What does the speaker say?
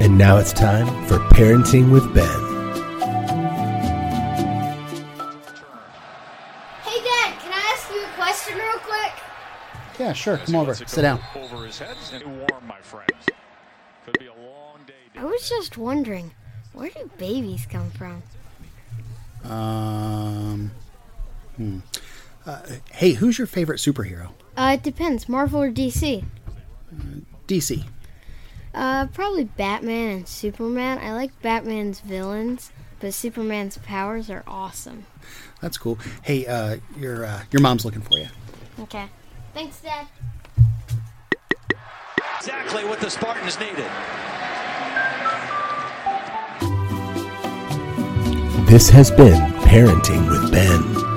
And now it's time for Parenting with Ben. Hey, Dad, can I ask you a question real quick? Yeah, sure. As Come he over. lets it Sit go down. Over his head and warm, my friend. Could be a long day. I was just wondering, where do babies come from? Um, hmm. Uh, hey, who's your favorite superhero? Uh, it depends, Marvel or DC. DC. Uh, probably Batman and Superman. I like Batman's villains, but Superman's powers are awesome. That's cool. Hey, uh, your uh, your mom's looking for you. Okay. Thanks, Dad. exactly what the Spartans needed. This has been Parenting with Ben.